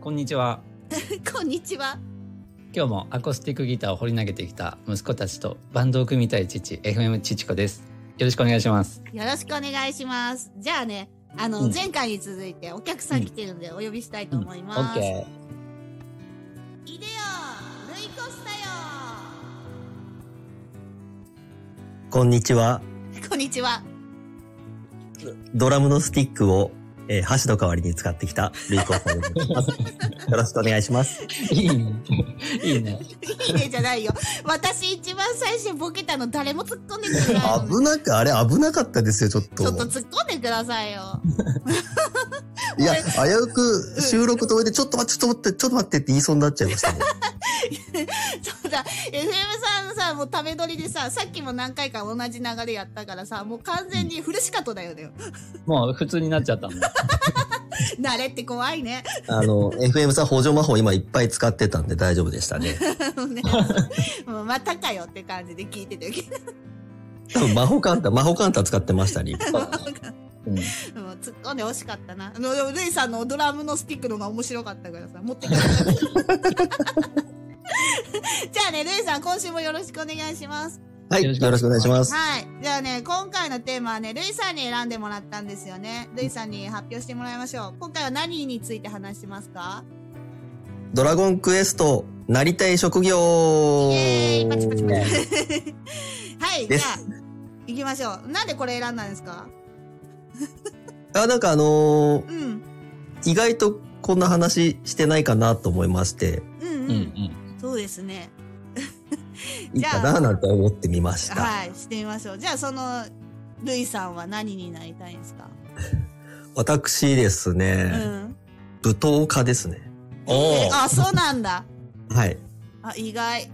こんにちは。こんにちは。今日もアコースティックギターを掘り投げてきた息子たちとバンドを組みたい父 FM ちちこです。よろしくお願いします。よろしくお願いします。じゃあね、あの、うん前回に続いてお客さん来てるんでお呼びしたいと思いオまッす。ケいでよ、ルイコスタこんにちは。よ。こんにちは。ドラムのスティックを、えー箸の代わりに使ってきたルイコさんでござい ます。よろしくお願いします。ー。いいね。いいね。いいねじゃ ないよ。私一番最初ボケたの誰も突っ込んでくれ ないの危なく、あれ危なかったですよ、ちょっと。ちょっと突っ込んでくださいよ。いや、危うく収録とおいで、ちょっと待って、ちょっと待って、ちょっと待ってって言いそうになっちゃいましたもん。そうだ、FM さんさ、もう食べ撮りでさ、さっきも何回か同じ流れやったからさ、もう完全にフルシカトだよね。もう普通になっちゃったんだ。慣れって怖いね。 あの、FM さん補助魔法今いっぱい使ってたんで大丈夫でしたね。ね、もうまたかよって感じで聞いてて多分魔法カンタ、魔法カンタ使ってましたね。うん。もう突っ込んで欲しかったな。あの、でもルイさんのドラムのスティックのが面白かったからさ、持って帰った。じゃあね、ルイさん、今週もよろしくお願いします。はい、よろしくお願いします。はい。じゃあね、今回のテーマはね、ルイさんに選んでもらったんですよね。ルイさんに発表してもらいましょう。今回は何について話しますかドラゴンクエスト、なりたい職業イエーイパチパチパチ。はい、じゃあです、行きましょう。なんでこれ選んだんですかあ、なんかあのーうん。意外とこんな話してないかなと思いまして、うんうんううん。ん。そうですね。いいかななんて思ってみました。はい、してみましょう。じゃあ、その、ルイさんは何になりたいんですか、私ですね、うん。舞踏家ですね。えあ、そうなんだ。はい。あ、意外。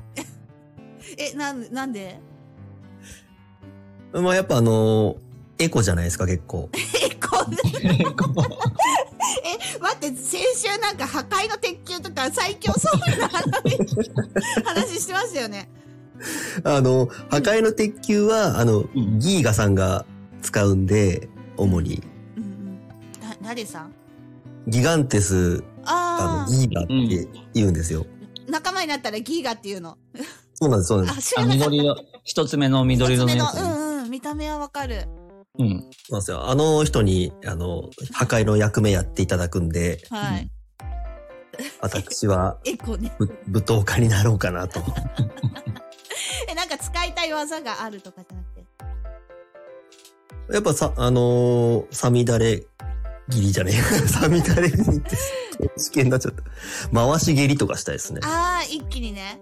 え、なん、なんでまあやっぱあのーエコじゃないですか結構。 え、こんな、え、待って、先週なんか破壊の鉄球とか最強そうな話話してましたよね。あの、破壊の鉄球は、あの、んギーガさんが使うんで、主に。うんうん。だ、誰さんギガンテス、ああの、ギーガって言うんですよ。あ、仲間になったらギーガっていうの。そうなんです、そうなんであ、す。知あ、らなかった。緑の、一つ目の緑色のや二つつ目。のうんうん、見た目はわかる。うん。そうなんですよ。あの人に、あの、破壊の役目やっていただくんで、はい。私は、エコね。 ぶ舞踏家になろうかなと。え、なんか使いたい技があるとかじゃなくて。やっぱさ、あのー、サミダレギリじゃねえ。 サミダレギリって、試験になっちゃった。回し蹴りとかしたいですね。あああ、一気にね。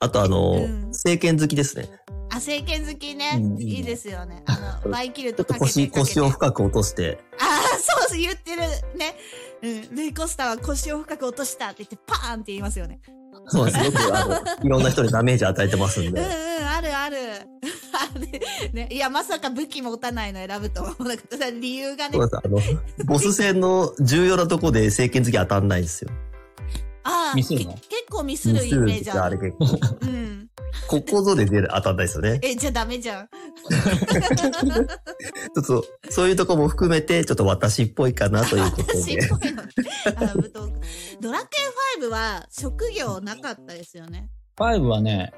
とあのー、うん政権好きですね。あ、政権好きね。うんいいねいいですよね。あの、バイキルちょとっとかけて腰、かけて腰を深く落として、ああ、そうそう、言ってるね。うん。ルイコスターは腰を深く落としたって言って、パーンって言いますよね。そうです。よく、あ の、いろんな人にダメージ与えてますんうんうん、で。ある ある。ある。ね。いや、まさか武器持たないの選ぶとは思わなかった。理由がねそう。です。あの、ボス戦の重要なとこで政権好き当たんないんですよ。ああ、ミけス結るの構ミスるイメージがああれる。結構。うん。ここぞで出る当たんないです よね。え、じゃあダメじゃん。ちょっと、そういうとこも含めて、ちょっと私っぽいかなということ私でっ。ぽいのね。あの武闘家ドラケン5は職業なかったですよね。ファイブはね、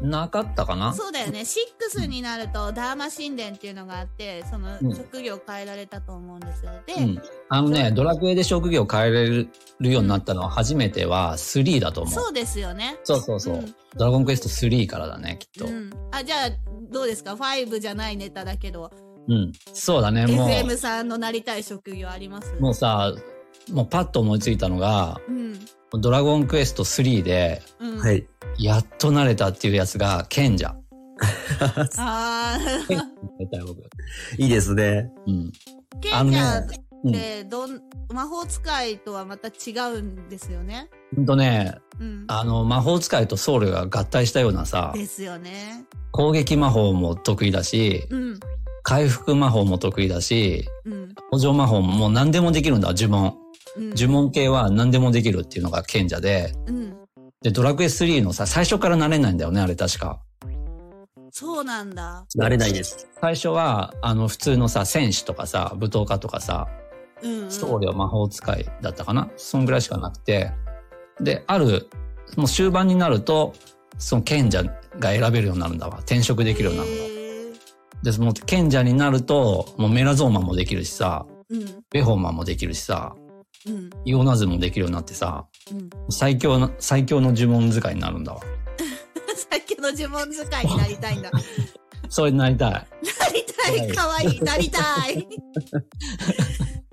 なかったかなそうだよね。6になると、ダーマ神殿っていうのがあって、そのうん職業変えられたと思うんですよ。で、うん。あのね、ドラクエで職業変えれるようになったのは初めては3だと思う。そうですよね。そうそうそう。うんドラゴンクエスト3からだね、きっと。ううん。ん。あ、じゃあ、どうですか ?5 じゃないネタだけど、そうだね、も FM さんのなりたい職業ありますう、もうさ、もうパッと思いついたのが、うん。ドラゴンクエスト3で、うん。は。い。やっと慣れたっていうやつが、賢者。あー、賢者って言ったよ僕。いいですね。うん。ケ あのンねちゃんっうんて、どん、魔法使いとはまた違うんですよね。ほんとね、うん。あの、魔法使いと僧侶が合体したようなさ、ですよね。攻撃魔法も得意だし、うん。回復魔法も得意だし、うん。補助魔法ももう何でもできるんだ、呪文。うん。呪文系は何でもできるっていうのが賢者で、うん。で、ドラクエ3のさ、最初から慣れないんだよね、あれ確か。そうなんだ。慣れないです。最初は、あの、普通のさ、戦士とかさ、舞踏家とかさ、うん、うん。僧侶魔法使いだったかなそんぐらいしかなくて。で、ある、もう終盤になると、その賢者が選べるようになるんだわ。転職できるようになるんだ。へーで、もう賢者になると、もうメラゾーマもできるしさ、うん。ベホーマもできるしさ、うん。 イオナズもできるようになってさ、うん。最強の、最強の呪文使いになるんだわ。さっきの呪文使いになりたいんだ。 なそれになりたい。りたい、かわい い、なりたい。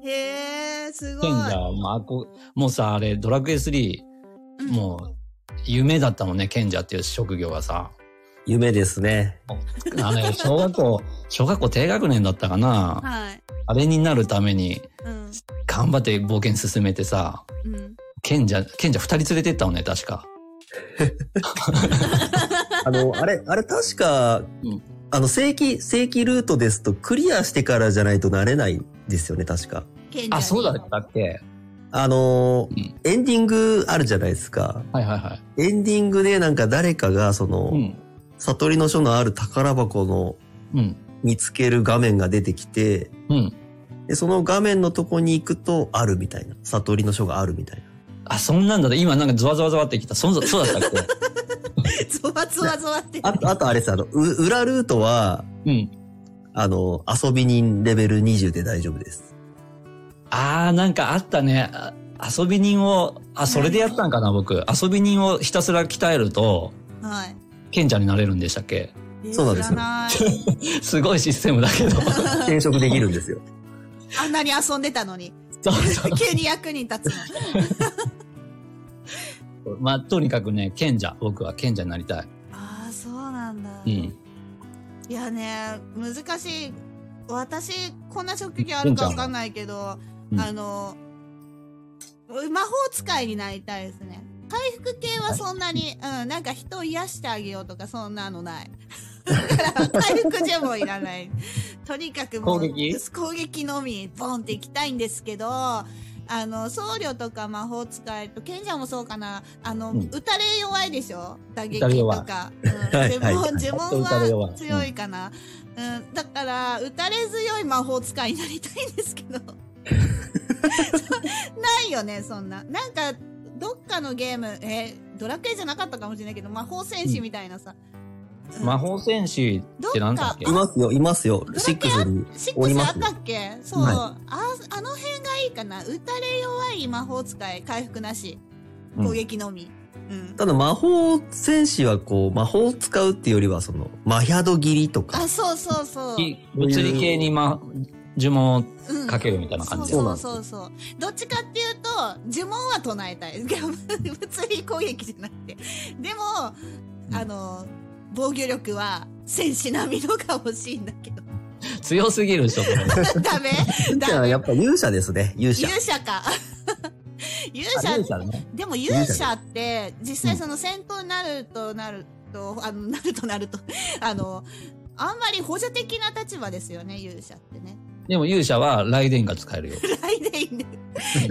へえ、すごい賢。者は、まあ、こもうさ、あれ、ドラクエ3、うんもう、夢だったもんね、賢者っていう職業がさ。夢ですね。あれ、小学校、小学校低学年だったかな。はい。あれになるために、うん。頑張って冒険進めてさ、うん。賢者、賢者二人連れてったのね、確か。あの、あれ、あれ確かうん、あの、正規、正規ルートですとクリアしてからじゃないとなれないんですよね、確か。賢者にあ、そうだったっけあのーうんエンディングあるじゃないですか。はいはいはい。エンディングでなんか誰かが、その、うん。悟りの書のある宝箱のうん。見つける画面が出てきて、うん。で、その画面のとこに行くと、あるみたいな。悟りの書があるみたいな。 あ、そんなんだね。今なんかゾワゾワゾワってきた。そんぞそうだったっけゾワゾワゾワって。あと、あとあれさ、あの、う裏ルートは、 うん。あの、遊び人レベル20で大丈夫 です。あー、なんかあったね。あ遊び人を、あ、それでやったんかな、僕。遊び人をひたすら鍛えると、はい。賢者になれるんでしたっけえーそうなんですよ知らないすごいシステムだけ ど。転職できるんですよ。あんなに遊んでたのに。 そうそう。 急に役に立つの。まあ、とにかくね、賢者。僕は賢者になりたい。ああ、そうなんだ。ういん。やね、難しい。私、こんな職業あるかわかんないけど、うんあの、魔法使いになりたいですね。回復系はそんなに、うん、なんか人を癒してあげようとか、そんなのない。 だから、回復じゃもいらない。とにかくもう攻撃攻撃のみ、ボンっていきたいんですけど、あの、僧侶とか魔法使いと、賢者もそうかな、あの、うん打たれ弱いでしょ打撃打たれ弱いとか。はい呪はい文、呪文打たれ弱はい強いかな。うん、だから、打たれ強い魔法使いになりたいんですけど。 そうないよね、そんな。なんか、どっかのゲーム、え、ドラクエじゃなかったかもしれないけど、魔法戦士みたいなさ。うん魔法戦士ってなんだっけいますよ、いますよ。シックスにシッおクりスまあすっよた。っけそう、はいあ。あの辺がいいかな。打たれ弱い魔法使い、回復なし。うん攻撃のみ。うん。ただ魔法戦士はこう、魔法を使うっていうよりは、その、マヒャド切りとかあ、、そうそうそう。物理系に、ま、呪文をうんかけるみたいな感じでそうそうそうそうどっちかっていうと呪文は唱えたい 物理攻撃じゃなくてでもうんあの防御力は戦士並みのが欲しいんだけど 強すぎるでしょ、これ。ダメじゃダあメやっぱ勇者ですね、勇者。勇者か勇あ勇者者ね。でも勇者って実際その戦闘になるとなると、あのなるとなるとあのあんまり補助的な立場ですよね勇者ってねでも勇者は雷電が使えるよ。ないでいい んで。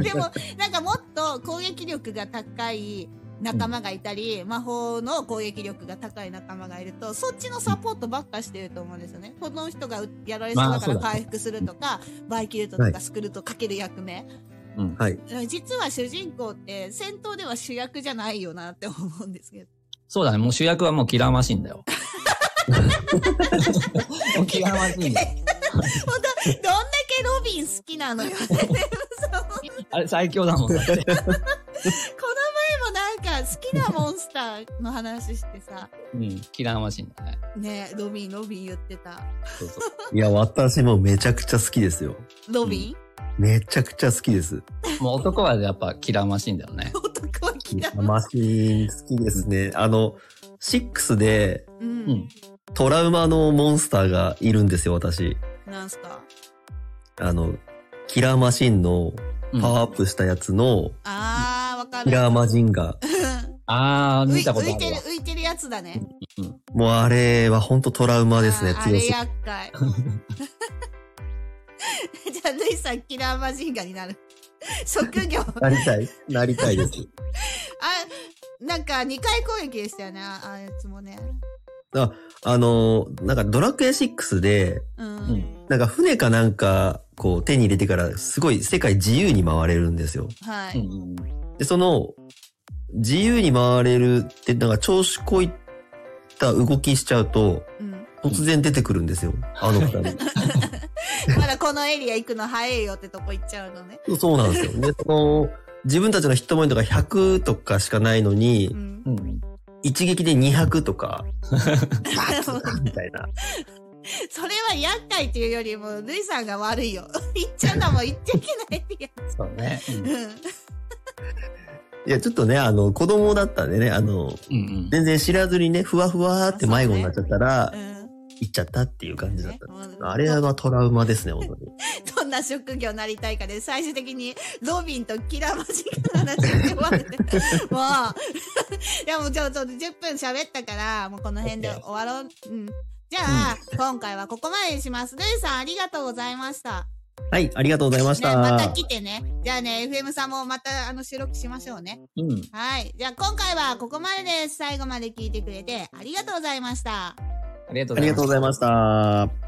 でも、なんかもっと攻撃力が高い仲間がいたり、魔法の攻撃力が高い仲間がいると、そっちのサポートばっかしてると思うんですよね。この人がうやられそうまだあからそうだね回復するとか、バイキルトとはかスクルトかける役目。うん。はい。実は主人公って戦闘では主役じゃないよなって思うんですけど。そうだね。もう主役はもうキラーマシンだよ。もうキラーマシンだよ。本当どんだけロビン好きなのよね。そうあれ最強だもん。だってこの前もなんか好きなモンスターの話してさ、うん。キラーマシンだね。ねロビン、ロビン言ってた。そうそう。いや、私もめちゃくちゃ好きですよ。ロビン、めちゃくちゃ好きです。もう男はやっぱキラーマシンだよね。男は 嫌い。マシーン好きですね。あの、6でううんん。トラウマのモンスターがいるんですよ、私。なんすかあの、キラーマシンのうんパワーアップしたやつのあー、わかキる。ラーマジンガー。あ ー、浮見いたこと浮あいてるる、わ。浮いてるやつだね。もうあれは本当トラウマですね、あーあ強れすぎて。厄 介。 じゃあ、ルイさん、キラーマジンガになる。 職業。あ、なりたい。なりたいです。なんか2回攻撃でしたよね。ああいつもね。あの、なんかドラクエ6で、うん。うんなんか船かなんかこう手に入れてからすごい世界自由に回れるんですよ。はうい。んで、その自由に回れるってなんか調子こいった動きしちゃうとうん。突然出てくるんですよ。あの二 人。まだこのエリア行くの早いよってとこ行っちゃうのね。そうそうなんですよ。で、その、自分たちのヒットポイントが100とかしかないのにう、ん。うんうん一撃で200とか、みたいな。それは厄介っていうよりも、ルイさんが悪いよ。 行っちゃうのもん行っちゃいけないエリそうね。ア。うん。いや、ちょっとね、あの、子供だったんでね、あうんの、うん全然知らずにね、ふわふわーって迷子になっちゃったら、うん行っちゃったっていう感じだった。ねあれはトラウマですね、本当に。どんな職業になりたいかで、最終的にロビンとキラマジカの話に終わって、もう、 いやもうちょっと10分喋ったから、もうこの辺で終わろう。うん。じゃあ、今回はここまでにします。ルイさんありがとうございました。はい、ありがとうございましね、またた。来てね。じゃあね、FM さんもまたあの収録しましょうね。うん。はい。じゃあ今回はここまでです。最後まで聞いてくれてありがとうございました。ありがとうあござりいがまとうすご。ざいました。